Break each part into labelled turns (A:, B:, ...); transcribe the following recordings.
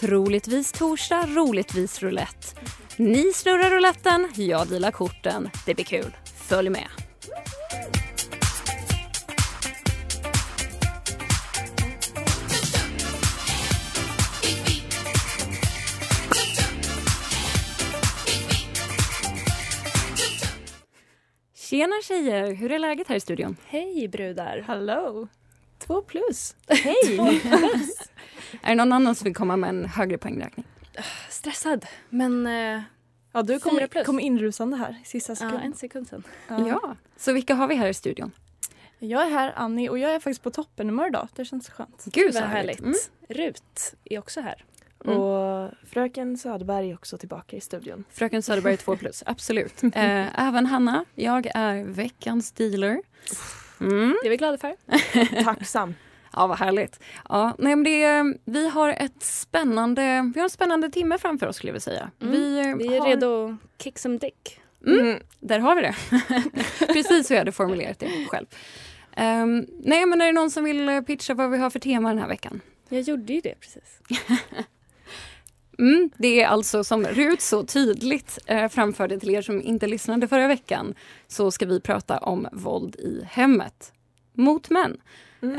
A: Troligtvis torsdag, roligtvis roulette. Ni snurrar rouletten, jag dealar korten. Det blir kul. Följ med. Tjena tjejer! Hur är läget här i studion?
B: Hej brudar!
A: Hallå!
B: Två plus.
A: Hej! är det någon annan som vill komma med en högre poängräkning?
B: Stressad, men eh,
C: Ja, du
B: Fyra
C: kommer
B: plus.
C: kom inrusande här i sista
B: ja,
C: sekunden.
B: en sekund sen.
A: Ja. Så vilka har vi här i studion?
C: Jag är här, Annie, och jag är faktiskt på toppenhumör idag. Det känns skönt.
A: Gud
B: Vad härligt.
A: Mm.
B: Rut är också här.
A: Mm.
D: Och fröken Söderberg är också tillbaka i studion.
A: Fröken Söderberg 2 plus, absolut. Eh, även Hanna, jag är veckans dealer. Mm.
B: Det är vi glada för.
C: Eh,
D: Tacksam.
A: Ja, vad härligt. Ja, nej, men det, är- vi, har ett spännande, vi har en spännande timme framför oss skulle jag vilja säga.
B: Mm.
A: Vi, eh,
B: Vi är
A: har,
B: redo att kick som dick.
A: Mm, där har vi det. Precis hur jag hade formulerat det själv. Ehm, nej, men är det någon som vill eh, pitcha vad vi har för tema den här veckan?
B: Jag gjorde ju det precis.
A: Mm, det är alltså som Rut så tydligt eh, framförde till er som inte lyssnade förra veckan så ska vi prata om våld i hemmet mot män.
E: Mm.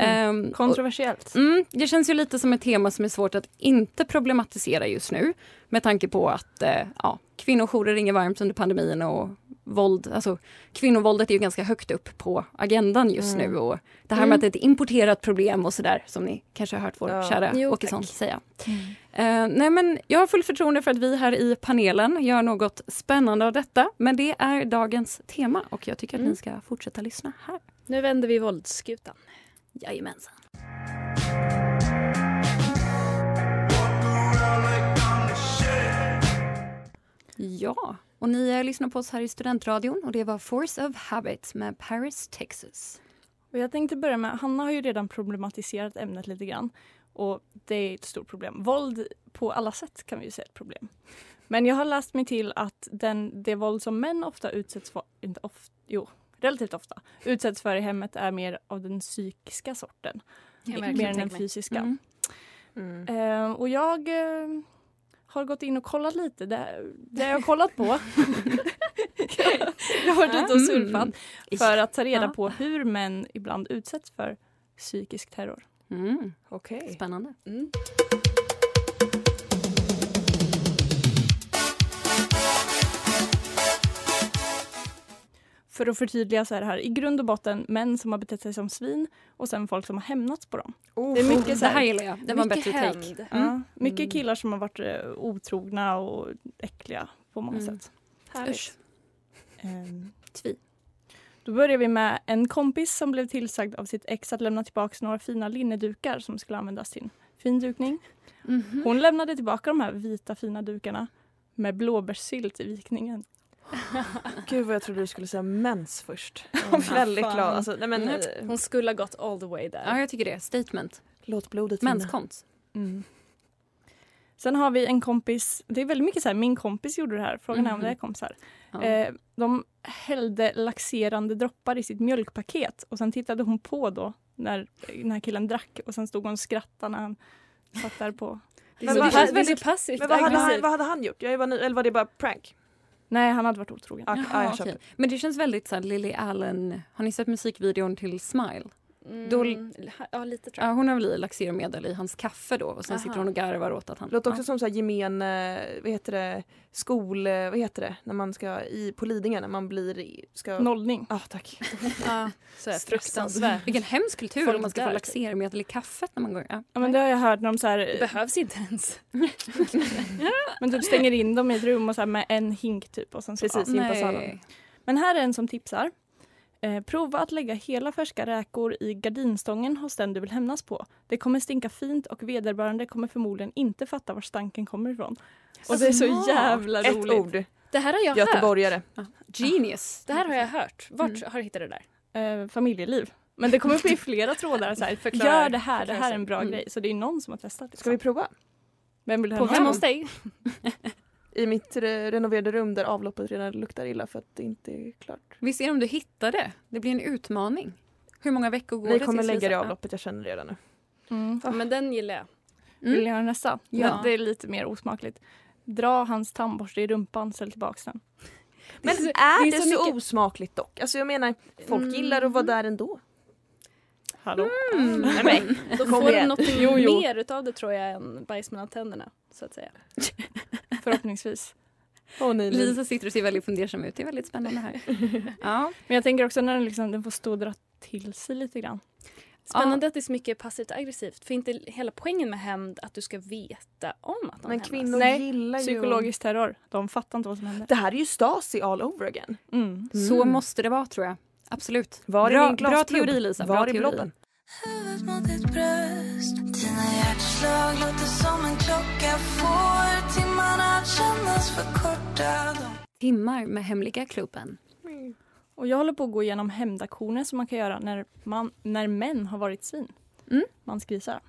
D: Mm.
A: Ehm, och-
D: Kontroversiellt.
A: Mm, det känns ju lite som ett tema som är svårt att inte problematisera just nu med tanke på att eh, ja, kvinnojourer ringer varmt under pandemin och våld, alltså, kvinnovåldet är ju ganska högt upp på agendan just
D: Mm.
A: nu. Och det här med att det är ett importerat problem och sådär som ni kanske har hört vår
D: Ja.
A: kära
B: Jo,
A: Åkesson
B: tack.
A: säga. Eh, nej, men jag har full förtroende för att vi här i panelen gör något spännande av detta. Men det är dagens tema och jag tycker att
B: Mm.
A: ni ska fortsätta lyssna här.
B: Nu vänder vi våldsskutan.
A: Jajamensan. Ja, och ni eh, lyssnar på oss här i Studentradion och det var Force of Habit med Paris, Texas.
C: Och jag tänkte börja med, Hanna har ju redan problematiserat ämnet lite grann. Och det är ett stort problem. Våld på alla sätt kan vi ju säga är ett problem. Men jag har läst mig till att den, det våld som män ofta utsätts för, inte ofta, jo, relativt ofta, utsätts för i hemmet är mer av den psykiska sorten. Mer än den fysiska.
A: Mm.
D: Mm.
C: Eh, och jag eh, har gått in och kollat lite. Det, det jag har kollat på. jag, jag har varit ute och surfat för att ta reda
A: Mm. Ja.
C: på hur män ibland utsätts för psykisk terror.
A: Mm.
D: Okej.
A: Spännande.
B: Mm.
C: För att förtydliga så är det här i grund och botten män som har betett sig som svin och sen folk som har hämnats på dem. Det är
D: Oh,
C: mycket så
A: Det här
C: här,
A: gillar jag. Det var en
B: Mycket
A: bättre take.
B: hämnd.
A: Mm.
C: ja, mycket
D: Mm.
C: killar som har varit eh, otrogna och äckliga på många
A: Mm.
C: sätt.
B: Härligt.
A: Usch.
C: Ehm,
A: Tvi.
C: Då börjar vi med en kompis som blev tillsagd av sitt ex att lämna tillbaka några fina linnedukar som skulle användas till fin dukning.
A: Mhm.
C: Hon lämnade tillbaka de här vita fina dukarna med blåbärssylt i vikningen.
D: Gud vad jag trodde du skulle säga mens först. Jag var väldigt
C: fan.
D: glad. Alltså, nej, men,
A: Mm.
D: eh,
B: Hon skulle ha gått all the way där.
A: Ja, jag tycker det. Statement.
D: Låt blodet rinna.
A: Menskons.
C: Mm. Sen har vi en kompis, det är väldigt mycket så här, min kompis gjorde det här, frågan är om
A: Mhm.
C: det är kompisar.
A: Ja.
C: Eh, de hällde laxerande droppar i sitt mjölkpaket och sen tittade hon på då när den här killen drack och sen stod hon och skrattade när han satt där på.
B: Det, är
D: Men
B: så,
D: vad-
B: det, är
D: vad-
B: så passivt
D: Men vad hade, han,
B: aggressivt.
D: vad hade han gjort? Jag är bara ny, eller var det bara prank?
C: Nej, han hade varit otrogen.
D: Ah, ah,
A: Jaha,
D: jag köper.
A: okej. Men det känns väldigt så här Lily Allen. Har ni sett musikvideon till Smile?
B: Mm,
A: Då-
B: ja, lite tror
A: Ja,
B: jag.
A: hon har väl i laxeromedel i hans kaffe då och sen
B: Aha.
A: sitter hon och garvar åt att han...
E: Låter också som så här gemen, eh, vad heter det, skol, eh, vad heter det, när man ska i, på Lidingö när man blir, i- ska...
C: Nollning.
E: Ah, tack.
B: Ja, så här,
A: Stressad.
B: fruktansvärt.
A: Vilken hemsk kultur
B: Folk
A: om man ska få
B: dör.
A: laxeromedel i kaffet när man går... Ja.
C: Ja, men det har jag hört när de så
B: Det
C: här,
B: behövs inte ens.
C: men typ stänger in dem i ett rum och så här med en hink typ. Och sen så,
E: Precis,
C: ja.
E: in på salladen.
A: Nej.
C: Men här är en som tipsar. Eh, prova att lägga hela färska räkor i gardinstången hos den du vill hämnas på. Det kommer stinka fint och vederbörande kommer förmodligen inte fatta var stanken kommer ifrån. Och det är så
A: Smart.
C: jävla
E: Ett
C: roligt.
E: ord,
B: Det här har jag hört.
E: göteborgare.
A: Genius! Mm.
B: Det här har jag hört. Vart har du hittat det där?
C: Eh, familjeliv. Men det kommer upp i flera trådar. Så här,
B: Förklara-
C: gör det här, det
B: förklara
C: här är
B: sig.
C: en bra
A: Mm.
C: grej. Så det är någon som har testat. liksom.
E: Ska vi prova?
C: Vem vill
B: På
C: hämnas
B: hemma
C: på?
B: hos dig?
E: I mitt re- renoverade rum där avloppet redan luktar illa för att det inte är klart.
A: Visst är det om du hittar det? Det blir en utmaning. Hur många veckor går
E: Ni
A: det
E: kommer
A: tills vi
E: lägga det i
A: sen-
E: avloppet, jag känner det redan nu.
C: Mm.
B: Men den gillar jag.
A: Mm.
C: Vill ni höra nästa?
A: Ja.
C: Men det är lite mer osmakligt. Dra hans tandborste i rumpan, ställ tillbaka den.
E: Men
B: så-
E: är det,
B: det är så
E: så
B: mycket-
E: osmakligt dock? Alltså jag menar, folk
B: Mm.
E: gillar att vara där ändå.
C: Hallå?
A: Mm.
E: Nej, men,
B: Då
E: Kom
B: får du
E: igen.
B: något
C: Jo, jo.
B: mer utav det tror jag än bajs mellan tänderna. Så att säga.
C: Förhoppningsvis.
E: Åh, nej, nej.
A: Lisa sitter och ser väldigt fundersam ut. Det är väldigt spännande här. Ja.
C: Men jag tänker också när den, liksom, den får stå och dra till sig lite grann.
B: Spännande att det är så mycket passivt aggressivt. För inte hela poängen med hämnd att du ska veta om att någon
E: men
B: hämnas.
E: kvinnor
C: Nej,
E: gillar ju...
C: Psykologisk terror. De fattar inte vad som händer.
E: Det här är ju Stasi all over again.
C: Mm.
A: Så måste det vara tror jag. Absolut.
E: Var är
A: bra,
E: min
A: bra
E: glasklubb?
A: teori Lisa.
E: Var
A: bra
E: är
A: teori.
E: blobben?
F: Huvudet mot ditt bröst Dina hjärtslag låter som en klocka Får timmarna att kännas för korta De
A: Timmar med hemliga klubben.
E: Mm.
C: Och jag håller på att gå igenom hämndaktioner som man kan göra när, man, när män har varit svin.
A: Mm.
C: Mansgrisar.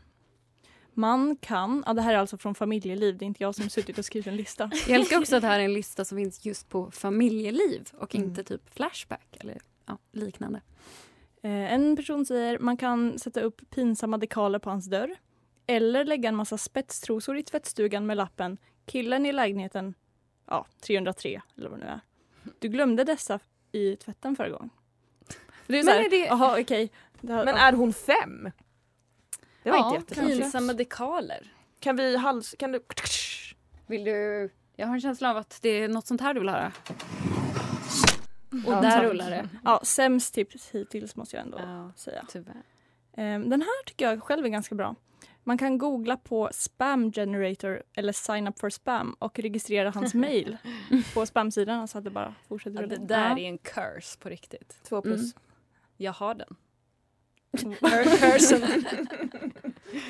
C: Man kan, ja, det här är alltså från familjeliv, det är inte jag som suttit och skrivit en lista.
A: Jag älskar också att det här är en lista som finns just på familjeliv och
C: Mm.
A: inte typ Flashback eller ja, liknande.
C: Eh, en person säger man kan sätta upp pinsamma dekaler på hans dörr. Eller lägga en massa spetstrosor i tvättstugan med lappen “Killen i lägenheten, ja 303” eller vad det nu är. Du glömde dessa i tvätten förra gången. Det är
A: Men är
C: såhär,
A: det-
C: jaha okej. Det här-
E: Men är hon fem? Det var
A: Ja,
E: inte jättefint.
A: kanske.
B: Pinsamma dekaler.
E: Kan vi hals... Kan du...
A: Vill du... Jag har en känsla av att det är något sånt här du vill höra. Och
E: Ja,
A: där
E: tack.
A: rullar det.
C: ja, sämst tips hittills måste jag ändå säga.
B: Tyvärr.
C: Ehm, Den här tycker jag själv är ganska bra. Man kan googla på spam generator eller sign up for spam och registrera hans mail på spamsidan så att det bara fortsätter
B: Ja,
C: rulla.
B: det där
A: Ja.
B: är en curse på riktigt.
E: Två plus.
A: Mm.
B: Jag har den.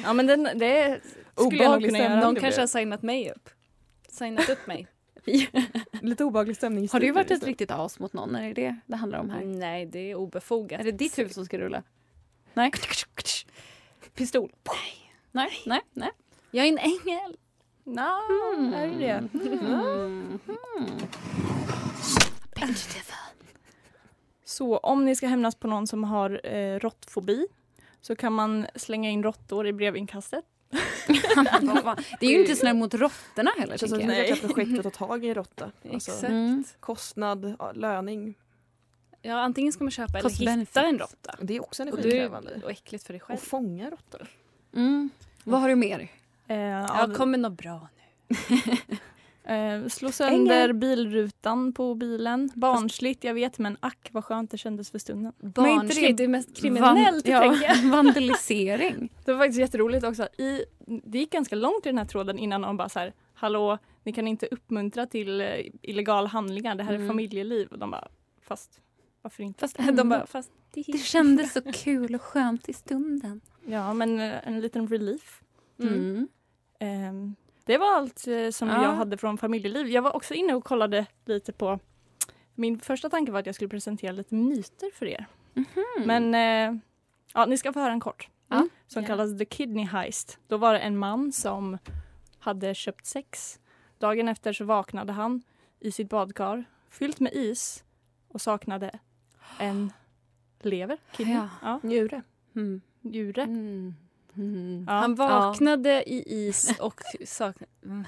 C: Ja men den, det är- skulle jag nog
E: Obehaglig
C: kunna göra.
E: stämning.
B: Någon kanske har signat mig upp. Signat upp mig.
E: Lite obehaglig stämning i
A: Mm. Har du
E: studion
A: varit
E: just
A: ett
E: nu.
A: riktigt as mot någon? Är det det det handlar om här?
B: Nej, det är
A: Är
B: obefogat.
A: det ditt huvud som ska rulla? Nej. Pistol? Nej. Nej, nej, nej.
B: Jag är en ängel.
C: Ja, är det det?
A: Mm.
C: Så om ni ska hämnas på någon som har eh, råttfobi så kan man slänga in råttor i brevinkastet.
A: Vad fan. det är ju inte snällt mot råttorna heller.
E: Det känns som
A: tänker
E: ett
A: jag.
E: jäkla projekt att ta tag i en råtta. Alltså,
B: Exakt.
A: Mm.
E: kostnad, ja, löning.
B: Ja, antingen ska man köpa
A: Cost
B: eller
A: benefits.
B: hitta en råtta.
E: Det är också
B: Och, du,
E: energikrävande.
B: och äckligt för dig själv.
E: Och fånga råttor.
A: Mm. Vad har du mer?
C: Eh, ja,
B: Ja, kommer något bra nu.
C: eh, slå sönder bilrutan på bilen. Barnsligt, jag vet men ack vad skönt det kändes för stunden.
B: Barnsligt, men inte det, det är mest kriminellt
A: Van-
B: tänker jag.
A: vandalisering.
C: Det var faktiskt jätteroligt också. I, det gick ganska långt i den här tråden innan de bara så här, hallå, ni kan inte uppmuntra till eh, illegala handlingar, det här
A: Mm.
C: är familjeliv. Och de bara, fast varför inte?
A: Fast
B: De
C: Mm.
B: bara, fast det
A: det
B: är...
A: kändes så kul och skönt i stunden.
C: Ja, men eh, en liten relief.
B: Mm.
A: Mm.
C: Ehm, det var allt eh, som
A: Ja.
C: jag hade från familjeliv. Jag var också inne och kollade lite på... Min första tanke var att jag skulle presentera lite myter för er. Men eh, ja, ni ska få höra en kort. Mm.
A: Ja.
C: Som
B: Mm. Ja.
C: kallas The Kidney Heist. Då var det en man som hade köpt sex. Dagen efter så vaknade han i sitt badkar fyllt med is och saknade en lever, kidney,
A: Ja.
C: ja.
E: Njure.
A: Mm.
C: njure.
A: Mm. Mm.
C: Ja.
B: Han vaknade i is och saknade...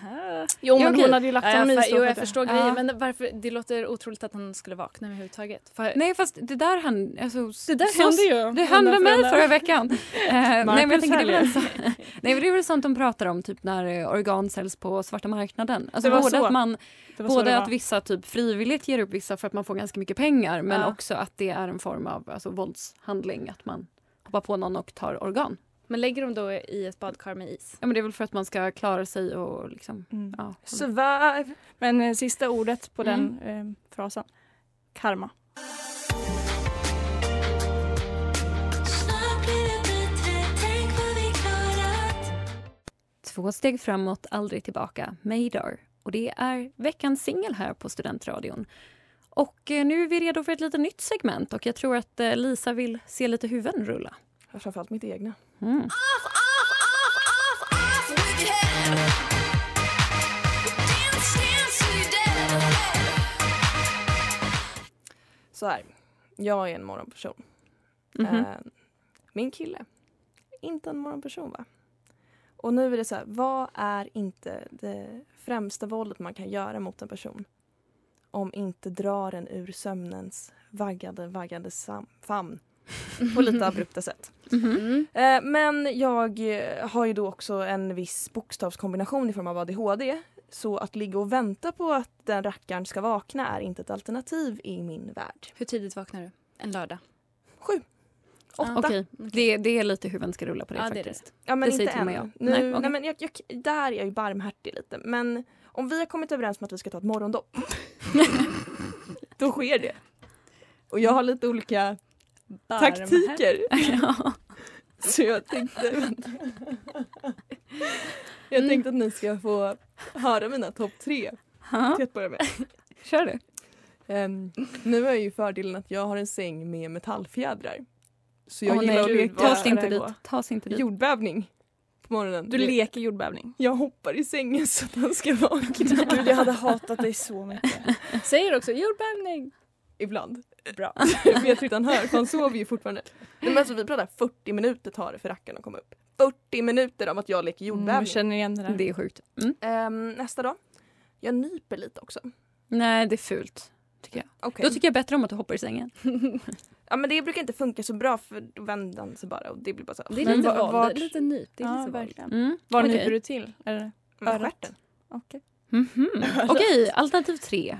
C: Jo, men
A: Ja, okej.
C: hon hade ju lagt
B: Ja,
C: honom
B: jag,
C: i
B: fa-
C: så
B: jo,
C: för
B: jag
C: det.
B: förstår
A: Ja.
B: grejen, men varför, det låter otroligt att han skulle vakna överhuvudtaget. För,
A: Nej, fast det där han... Alltså,
B: det där
A: så-
B: hände ju.
A: Det hände mig
B: Undan för
A: förra
B: undan.
A: veckan. Eh, nej, men jag
C: Marcus
A: tänker det är väl
C: säljer.
A: så, nej, men det är väl sånt de pratar om typ när eh, organ säljs på svarta marknaden. Alltså
C: Det var
A: både
C: så.
A: att, man,
C: Det var så det
A: både
C: var.
A: att vissa typ frivilligt ger upp vissa för att man får ganska mycket pengar men
B: Ja.
A: också att det är en form av alltså, våldshandling att man hoppar på någon och tar organ.
B: Men lägger de då i ett badkar med is?
A: Ja, men det är väl för att man ska klara sig och liksom...
C: Mm.
A: Ja,
E: Survive!
C: Men eh, sista ordet på
A: Mm.
C: den eh, frasen. Karma.
F: Snart blir det bättre, tänk vad vi klarat
A: Två steg framåt, aldrig tillbaka, Madar. Och det är veckans singel här på Studentradion. Och eh, nu är vi redo för ett lite nytt segment och jag tror att eh, Lisa vill se lite huvuden rulla.
E: Ja, Framförallt mitt egna.
A: Mm.
F: Off, off, off, off, off with your head Dance, dance till you're dead
E: Så här. Jag är en morgonperson.
A: Mhm.
E: Eh, min kille. Inte en morgonperson va? Och nu är det så här, vad är inte det främsta våldet man kan göra mot en person? Om inte dra den ur sömnens vaggade, vaggade sam- famn. På lite abrupta sätt.
B: Mm.
E: Eh, Men jag eh, har ju då också en viss bokstavskombination i form av ADHD. Så att ligga och vänta på att den rackaren ska vakna är inte ett alternativ i min värld.
B: Hur tidigt vaknar du? En lördag?
E: Sju.
B: Ah,
E: Åtta.
A: Okej, det, det är lite huvuden ska rulla på det
B: Ja, det är det.
A: faktiskt.
E: Ja men
A: Det
E: inte
A: säger till och
E: än.
A: med jag.
E: Nu,
A: Nej,
E: nej,
A: okej.
E: men jag, jag, där är jag ju barmhärtig lite. Men om vi har kommit överens om att vi ska ta ett morgondopp. då sker det. Och jag har lite olika taktiker.
A: Ja.
E: Så jag tänkte...
A: Mm.
E: jag tänkte att ni ska få höra mina topp tre
A: Ja,
E: till att börja med.
A: Kör du.
E: Ehm, nu är ju fördelen att jag har en säng med metallfjädrar. Så jag
A: Åh,
E: gillar
A: nej,
E: att
A: gud,
E: leka
A: ta oss inte
C: det
A: dit.
C: går.
A: Ta oss inte dit.
E: jordbävning på morgonen.
C: Du
E: Det-
C: leker jordbävning.
E: Jag hoppar i sängen så att han ska vakna.
C: Gud, jag hade hatat dig så mycket. Mm,
B: Säger också jordbävning.
E: Ibland. Bra. Men jag tror inte han hör för han sover ju fortfarande. Nej, Men alltså, vi pratar 40 minuter tar det för rackaren att komma upp. 40 minuter om att jag leker jordbävning.
C: Jag känner igen det där.
A: Det är sjukt. Mm.
E: Ehm, nästa då. Jag nyper lite också.
A: Nej, det är fult. Tycker jag.
E: Okej.
A: Då tycker jag bättre om att du hoppar i sängen.
E: Ja men det brukar inte funka så bra för då vänder han sig bara och det blir bara så här.
B: Det är
C: Men
B: lite
C: va-
B: våld,
C: vart-
B: lite nyp. Det är
C: ja,
B: lite våld.
C: verkligen.
A: Mm.
C: Vad
A: okej.
C: nyper du till? Är det
E: Men
C: örat?
E: stjärten.
C: Okej.
A: Mhm. Okej, alternativ tre.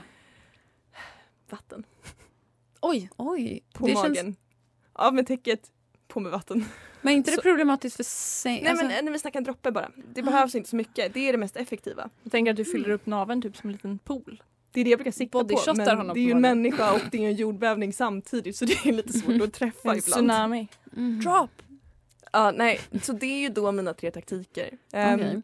E: Vatten.
B: Oj,
A: Oj.
E: På
A: det
E: magen.
A: Känns,
E: Av med täcket. På med vatten.
A: men inte det
E: Så-
A: problematiskt för Alltså, sängen?
E: Nej men när vi snackar en droppe bara. Det behövs inte så mycket. Det är det mest effektiva.
C: Jag tänker att du fyller upp naveln typ som en liten pool.
E: Det är det jag brukar sikta på.
B: Bodyshotar
E: Men
B: honom
E: det är ju
B: på
E: en
B: morgonen.
E: människa och det är en jordbävning samtidigt så det är lite svårt att träffa
C: En
E: ibland.
C: tsunami.
E: eh,
A: Mm.
C: Drop!
E: Ja, nej, så det är ju då mina tre taktiker. Ehm,
A: Okej.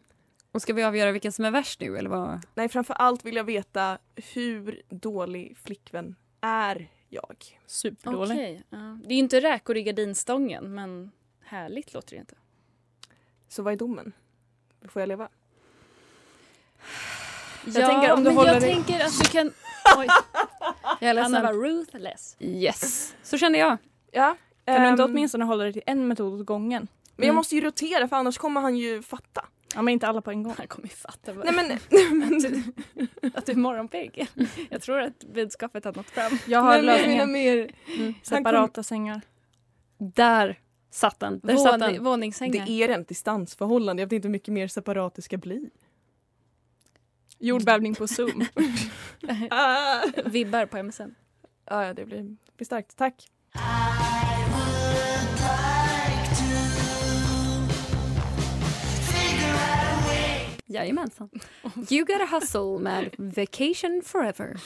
A: Och ska vi avgöra vilken som är värst nu eller vad?
E: Nej, framför allt vill jag veta hur dålig flickvän är jag?
C: Superdålig.
B: okej. Ja. Det är ju inte räkor i gardinstången, men härligt låter det inte.
E: Så vad är domen? Får jag leva?
C: Jag tänker om du
B: men
C: håller
B: jag
C: dig-
B: tänker att du kan... Oj,
A: Jag är
B: Anna var
A: ledsen.
B: ruthless.
A: Yes, så kände jag.
E: Ja.
C: Kan du inte
E: ehm,
C: åtminstone hålla dig till en metod åt gången?
E: Men jag måste ju rotera för annars kommer han ju fatta.
C: Ja, men inte alla på en gång.
B: Han kommer ju fatta vad,
E: Nej men, nej, men,
B: att du är morgonpigg. Jag tror att budskapet har nått fram.
C: Jag
E: nej,
C: har
E: men jag menar
C: lösningen.
E: mer,
A: Mm.
C: Separata sängar.
A: Där satt den. Där satt
B: Våning,
A: den.
B: våningssängar.
E: det är rent distansförhållande. Jag vet inte hur mycket mer separat det ska bli.
C: Jordbävning på Zoom.
E: Ah.
B: Vibbar på MSN.
E: Ja, ja, det blir, blir starkt. Tack.
F: I would like to figure out a way
A: Jajamensan.
E: Oh.
A: You gotta hustle med Vacation Forever.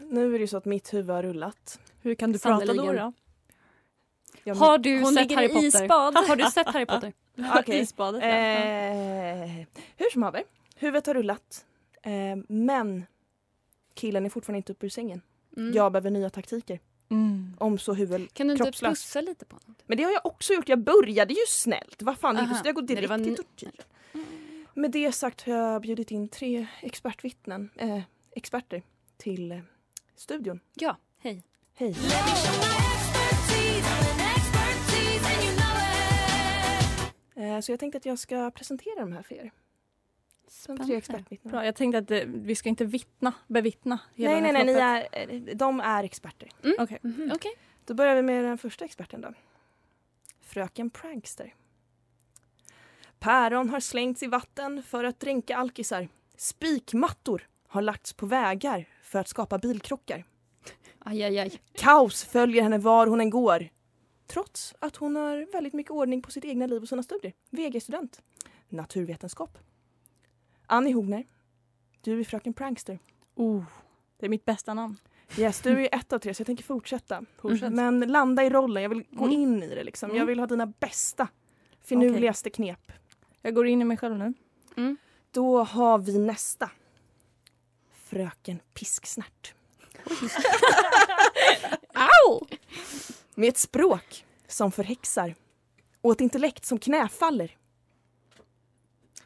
E: Nu är det ju så att mitt huvud har rullat.
C: Hur kan du prata
A: Sannoliken.
C: då? då?
E: Jag,
A: Har du
C: Hon
A: sett
C: ligger
A: Harry
C: i
A: Potter?
C: isbad.
A: Har du
E: Ah,
A: sett Harry Potter?
E: Okej.
C: Isbadet. ja.
E: Eh, hur som haver, huvudet har rullat. Eh, men killen är fortfarande inte uppe ur sängen.
B: Mm.
E: Jag behöver nya taktiker.
C: Mm.
E: Om så huvud.
B: Kan du inte
E: kroppslös.
B: pussa lite på honom?
E: Men det har jag också gjort. Jag började ju snällt. Vad fan, det är
B: Aha.
E: inte så jag går
B: Nej, det
E: direkt
B: var
E: till
B: n-
E: tortyr. Med det sagt har jag bjudit in tre expertvittnen, eh, experter till eh, studion.
B: Ja, hej.
E: Hej.
F: Let me show my expertise, I'm an expertise and you know it
E: Eh, Så jag tänkte att jag ska presentera de här för er. Som tre expertvittnen.
C: Bra, jag tänkte att eh, vi ska inte vittna, bevittna hela
E: Nej,
C: det här
E: nej, nej, ni
C: förloppet.
E: är, eh, de är experter.
C: Okej.
A: Mhm.
B: Okej.
E: Då börjar vi med den första experten då. Fröken Prankster. Päron har slängts i vatten för att dränka alkisar. Spikmattor har lagts på vägar för att skapa bilkrockar.
A: Aj, aj, aj.
E: Kaos följer henne var hon än går. Trots att hon har väldigt mycket ordning på sitt egna liv och sina studier. VG-student. Naturvetenskap. Annie Hogner. Du är fröken Prankster.
C: Oh, det är mitt bästa namn.
E: Yes, du är ett av tre så jag tänker fortsätta.
C: Fortsätt.
E: Men landa i rollen, jag vill gå
C: Mm.
E: in i det liksom. Jag
C: Mm.
E: vill ha dina bästa, finurligaste knep.
C: Jag går in i mig själv nu.
E: Då har vi nästa. Fröken Pisksnärt. Au! Med ett språk som förhäxar och ett intellekt som knäfaller.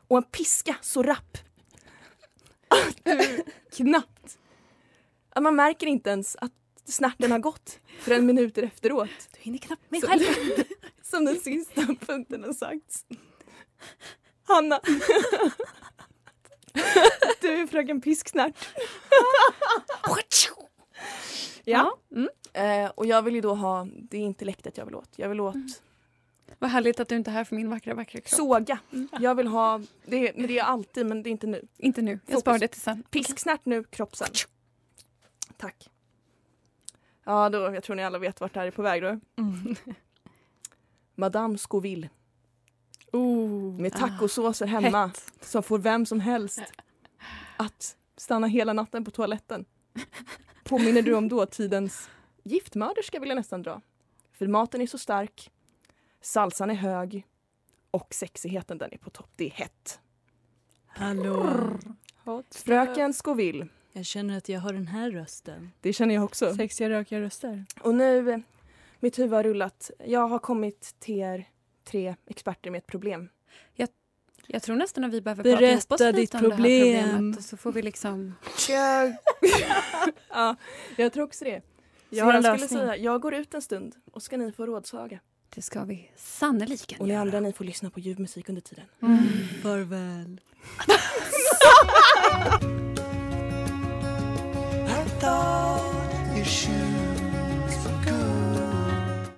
E: Och en piska så rapp att du knappt... Att man märker inte ens att snärten har gått förrän minuter efteråt.
B: Du hinner knappt med
E: Så-
B: själv.
E: Som den sista punkten har sagts. Hanna. Du är fröken Pisksnärt. Ja. Eh, och jag vill ju då ha det intellektet jag vill åt. Jag vill åt
A: Vad härligt att du inte är här för min vackra, vackra kropp.
E: såga. Mm. Jag vill ha, det, men det är jag alltid men det är inte nu.
A: Inte nu. Jag
E: Fokus.
A: sparar det till sen.
E: Pisksnärt nu, kropp sen. Tack. Ja, då, jag tror ni alla vet vart det här är på väg då. Madame Scoville.
C: Oh.
E: Med tacosåser hemma som får vem som helst att stanna hela natten på toaletten. Påminner du om dåtidens giftmörderska vill jag nästan dra. För maten är så stark, salsan är hög och sexigheten den är på topp. Det är hett.
G: Hallå.
E: Fröken Scoville,
G: Jag känner att jag har den här rösten.
E: det känner jag också.
C: Sexiga rökiga röster.
E: Och nu, eh, mitt huvud har rullat. Jag har kommit till er tre experter med ett problem.
A: Jag tror nästan att vi behöver prata ihop oss
G: Berätta
A: lite
G: ditt
A: om det här
G: problem.
A: problemet. Och så får vi liksom...
E: Jag... ja, jag tror också det.
C: vi har
E: Jag,
C: en
E: skulle
C: lösning.
E: säga, jag går ut en stund och ska ni få rådsaga.
A: Det ska vi sannoliken
E: Och ni
A: göra.
E: andra ni får lyssna på ljuv musik under tiden.
G: Farväl.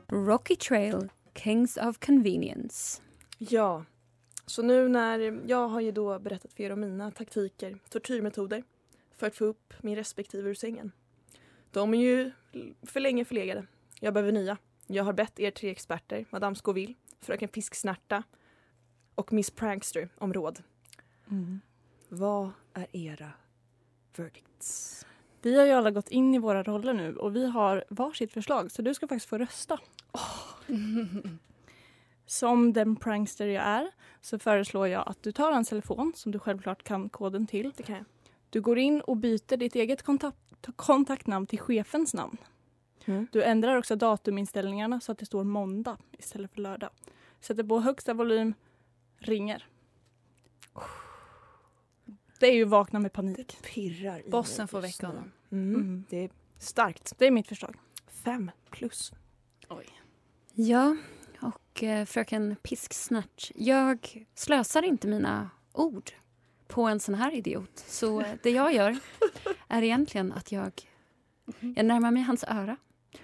A: Rocky Trail, Kings of Convenience.
E: Ja. Så nu när jag har ju då berättat för er om mina taktiker, tortyrmetoder för att få upp min respektive ur sängen. De är ju l- för länge förlegade. Jag behöver nya. Jag har bett er tre experter, Madame Scoville, Fröken Pisksnärta och Miss Prankster om råd. Vad är era verdicts?
C: Vi har ju alla gått in i våra roller nu och vi har varsitt förslag så du ska faktiskt få rösta. Som den prankster jag är så föreslår jag att du tar hans telefon som du självklart kan koden till.
E: Det kan jag.
C: Du går in och byter ditt eget kontak- kontaktnamn till chefens namn.
E: Mm.
C: Du ändrar också datuminställningarna så att det står måndag istället för lördag. Sätter på högsta volym, ringer. Det är ju vakna med panik.
E: Det pirrar i mig
G: Bossen får
E: just
G: väcka
E: nu.
G: honom.
E: Mm.
C: Mm.
E: Det är starkt.
C: Det är mitt förslag.
E: Fem plus.
A: Ja, och eh, fröken Pisksnärt. Jag slösar inte mina ord på en sån här idiot. Så eh, det jag gör är egentligen att jag,
C: Mhm.
A: jag närmar mig hans öra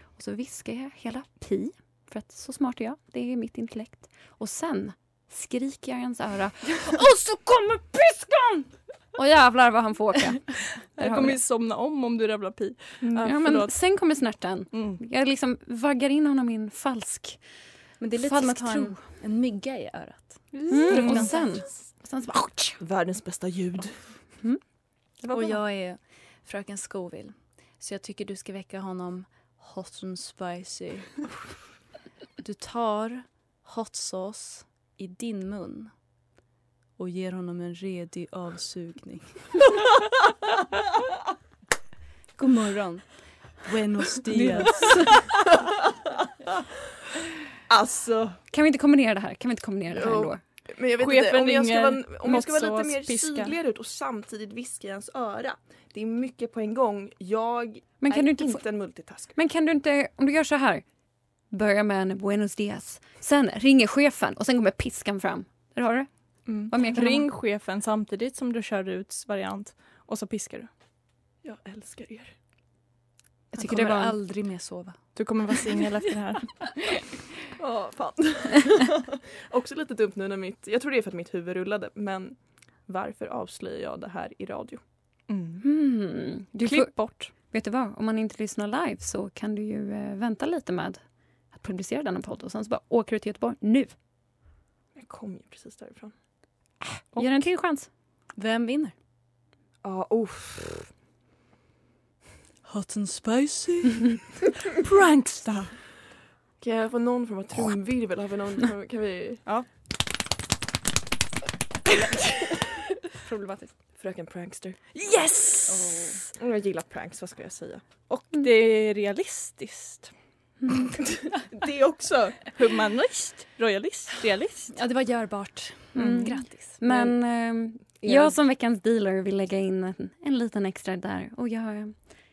A: och så viskar jag hela pi, för att så smart är jag. Det är mitt intellekt. Och sen skriker jag i hans öra och så kommer piskan! Och jävlar vad han får åka. Där
C: Jag
A: har vi
C: kommer ju
A: det.
C: somna om om du rabblar pi. Ja,
A: Ja, men
C: förlåt.
A: sen kommer snärten.
C: Mm.
A: Jag liksom vaggar in honom i en falsk,
B: Men det är lite
A: falsk
B: som att ha
A: tro.
B: en, en mygga i örat.
A: Mm, och sen, och sen så bara,
E: Världens bästa ljud.
B: Och jag är fröken Scoville. Så jag tycker du ska väcka honom hot and spicy. Du tar hot sauce i din mun och ger honom en redig avsugning. God morgon. Buenos dias.
E: Alltså.
A: kan vi inte kombinera det här? Kan vi inte kombinera det här
E: Jo.
A: ändå?
E: Men jag vet inte,
C: Chefen
E: om jag ska
C: ringer,
E: vara, om jag ska vara lite mer
C: matsåspiska.
E: sydligare ut och samtidigt viska i hans öra. Det är mycket på en gång. Jag
A: Men kan
E: är
A: du inte, få,
E: inte en multitasker.
A: men kan du inte, om du gör så här. Börjar med en buenos dias. Sen ringer chefen och sen kommer piskan fram. Där har du det.
C: Mm.
A: Vad mer kan
C: Ring
A: man-
C: chefen samtidigt som du kör Ruts variant och så piskar du.
E: Jag älskar er.
A: Jag
B: Han
A: tycker
B: kommer
A: det var... en-
B: aldrig mer sova.
C: Du kommer vara singel efter det här.
E: Ja, fan. Också lite dumt nu när mitt, jag tror det är för att mitt huvud rullade, men varför avslöjar jag det här i radio?
C: Mm.
A: Hmm. Du får...
C: Klipp bort.
A: Vet du vad, om man inte lyssnar live så kan du ju eh, vänta lite med att publicera denna podd och sen så bara åker du till Göteborg nu.
E: Jag kom ju precis därifrån.
C: Och-
A: Ge den en till chans.
B: Vem vinner?
E: Ja, uff.
H: Hot and spicy.
C: Pranksta!
E: Kan jag få någon form av trumvirvel? Har vi någon, kan vi?
C: Ja. Problematiskt.
E: Fröken Prankster.
C: Yes!
E: Mm, Jag gillar pranks, vad ska jag säga?
C: Och det är realistiskt.
E: Det också!
C: Humanist, royalist, realist.
B: Ja, det var görbart.
A: Mm.
B: Grattis.
A: Men ehm, jag som veckans dealer vill lägga in en, en liten extra där och jag, eh,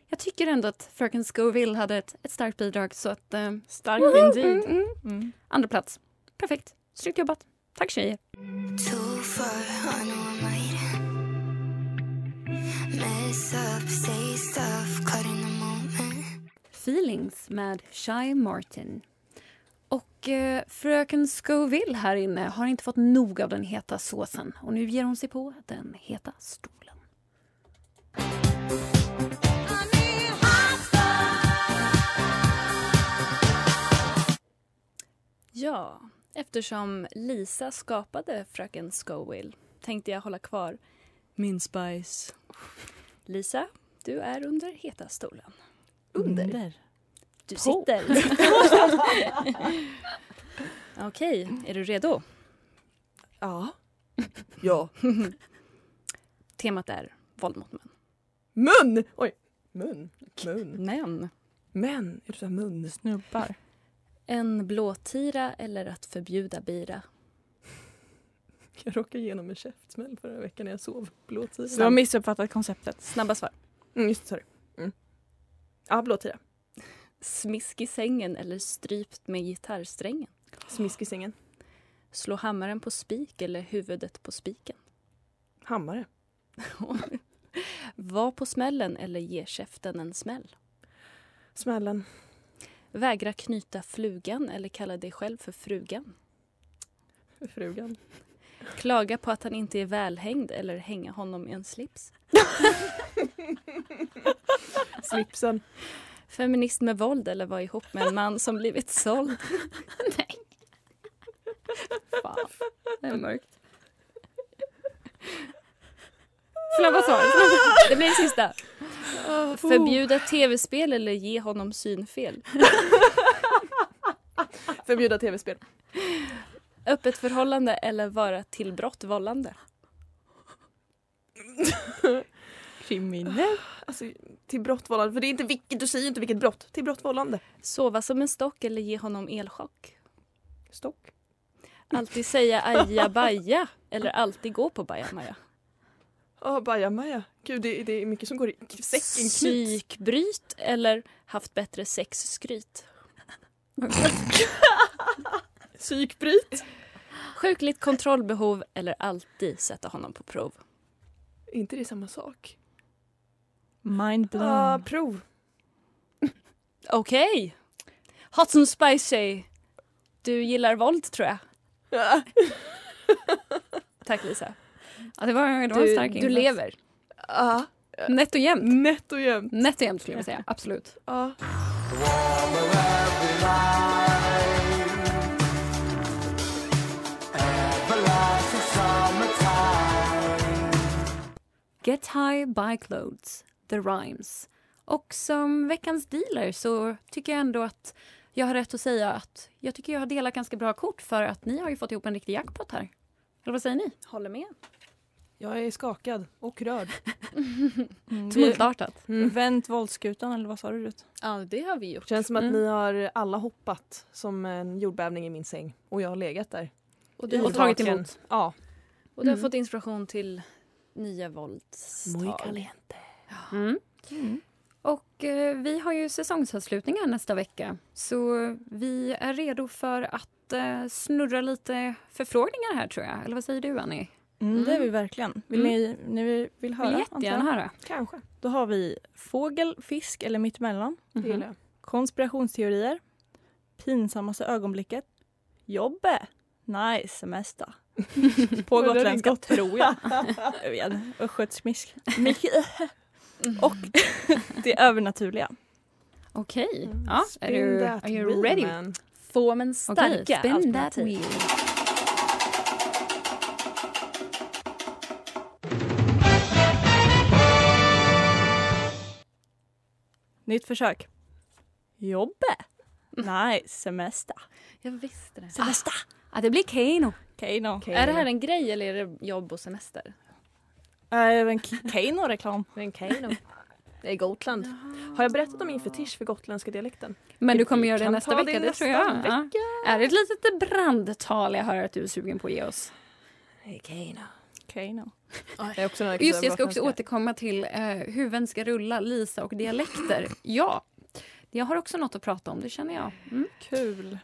A: jag tycker ändå att Fröken Scoville hade ett, ett starkt bidrag så att eh,
C: Stark
A: mm,
C: indeed.
A: mm,
C: Mm.
A: andra plats. Perfekt. Snyggt jobbat. Tack tjejer.
F: Too far, I know I might mess up, say stuff, caught in the moment.
A: Feelings med Shy Martin. Och eh, fröken Scoville här inne har inte fått nog av den heta såsen och nu ger hon sig på den heta stolen.
B: Ja, eftersom Lisa skapade Fröken Scoville tänkte jag hålla kvar.
H: Min spice.
B: Lisa, du är under heta stolen.
H: Under.
B: Du
C: På.
B: sitter. Okej, är du redo?
E: Ja. Ja.
B: Temat är våld mot män.
E: Mun! Oj. Mun. Mun.
B: Men
E: Men. Jag tror mun.
C: Snubbar.
B: en blåtira eller att förbjuda bira?
E: Jag råkade igenom en käftsmäll förra veckan när jag sov. Blåtira.
C: Så du har missuppfattat konceptet.
B: Snabba svar.
E: Mm, just det, sorry. Mm. Ja, blåtira.
B: Smisk i sängen eller strypt med gitarrsträngen?
E: Smisk i sängen.
B: Slå hammaren på spik eller huvudet på spiken?
E: Hammare.
B: Var på smällen eller ge käften en smäll?
E: Smällen.
B: Vägra knyta flugan eller kalla dig själv för frugan?
E: Frugan.
B: Klaga på att han inte är välhängd eller hänga honom i en slips?
E: Slipsen.
B: Feminist med våld eller vara ihop med en man som blivit såld?
A: Nej. Fan, det är mörkt.
B: Snabba svar. snabba. Det blir det sista. Förbjuda tv-spel eller ge honom synfel?
E: Förbjuda tv-spel.
B: Öppet förhållande eller vara till brott vållande?
C: Kriminell.
E: Alltså, till brott vållande. För det är inte vilket, du säger inte vilket brott. Till brott vållande.
B: Sova som en stock eller ge honom elchock?
E: Stock.
B: Alltid säga aja baja eller alltid gå på bajamaja?
E: Ja, bajamaja. Gud, det, det är mycket som går i säcken. Knyt.
B: Psykbryt eller haft bättre sexskryt?
E: Psykbryt.
B: Sjukligt kontrollbehov eller alltid sätta honom på prov?
E: Är inte det samma sak?
C: Mind blown.
E: Ja, prov.
B: Okej! Hot and spicy. Du gillar våld, tror jag.
E: Ja.
B: Tack, Lisa.
A: Ja, det var, det var en
B: Du,
A: stark
B: du
A: insats.
B: lever.
E: Ja.
A: Nätt och jämnt.
E: Nätt och jämnt.
A: Nätt och jämnt skulle jag säga, absolut.
E: Ja.
A: Get high by clothes, the rhymes. Och som veckans dealer så tycker jag ändå att jag har rätt att säga att jag tycker jag har delat ganska bra kort för att ni har ju fått ihop en riktig jackpot här. Eller vad säger ni?
B: Håller med.
E: Jag är skakad och rörd.
C: Mm, vi-
A: Tumultartat.
C: Vänt våldskutan eller vad sa du Rut?
B: Ja, det har vi gjort.
E: Känns som att
A: Mm.
E: ni har alla hoppat som en jordbävning i min säng och jag har legat där.
B: Och du,
E: I
B: har,
A: Och tagit
E: vaken.
A: emot.
E: Ja.
B: och du har
A: Mm.
B: fått inspiration till nya våldstag.
A: Mm. Och eh, vi har ju säsongsavslutningar nästa vecka. Så vi är redo för att eh, snurra lite förfrågningar här tror jag. Eller vad säger du Annie?
C: Mm, det är vi verkligen. Vill
A: Mm.
C: ni, ni vill höra?
A: Vill
C: antar jag?
A: jättegärna höra.
D: Kanske.
C: Då har vi fågel, fisk eller mittemellan.
B: Mm-hmm.
A: Mm-hmm.
D: Det gillar jag.
C: Konspirationsteorier. Pinsammaste ögonblicket. Jobbe. Nej, semester. På
D: Men det är
C: gotländska
D: gott.
C: tror jag. jag vet, östgötsmisk. Och det övernaturliga.
A: Okej. Ja, är
D: Spin
A: du,
D: that
A: are you
D: wheel,
A: ready?
D: man.
B: Få men
A: Okej,
B: starka
A: spin that
B: alternativ.
A: wheel.
C: Nytt försök. Jobbe. Nej, semester.
B: Jag visste det.
C: Semester.
A: Ja, Ah, det blir Keino.
C: Keino.
B: Är det här en grej eller är det jobb och semester?
C: Äh, Även Keino-reklam.
D: Det är en Kano. Det är Gotland. Har jag berättat om min fetisch för gotländska dialekten?
A: Men du kommer
D: Vi
A: göra det
D: kan
A: nästa
D: ta
A: vecka, det
D: nästa
A: tror jag. Ja.
D: Vecka.
A: Är det ett litet brandtal jag hör att du är sugen på att ge oss?
D: Kano.
C: Keino.
D: Det är också en
A: Just det, jag ska också
D: gotländska.
A: återkomma till eh, huvuden ska rulla, Lisa och dialekter. Ja, jag har också något att prata om, det känner jag. Mm.
C: Kul.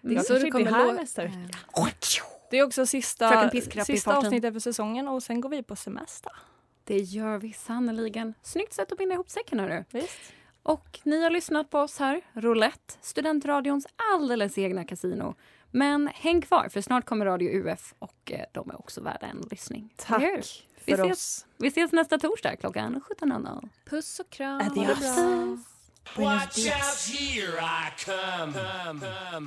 D: Det är
A: Mm.
D: så det kommer här nästa vecka.
B: Eh,
C: Det är också
A: Fröken
C: sista,
A: Piskrapp i
C: sista
A: farten.
C: avsnittet för säsongen och sen går vi på semester.
A: Det gör vi sannerligen. Snyggt sätt att binda ihop säcken, hörru.
C: Visst?
A: Och ni har lyssnat på oss här, Roulette, studentradions alldeles egna kasino. Men häng kvar, för snart kommer Radio UF och eh, de är också värda en lyssning.
D: Tack
A: Eller hur? vi
D: för
A: ses,
D: oss.
A: Vi ses nästa torsdag klockan 17.00.
B: Puss och kram. Ha det
D: Adios.
B: bra.
F: Watch out, here I come. come, come.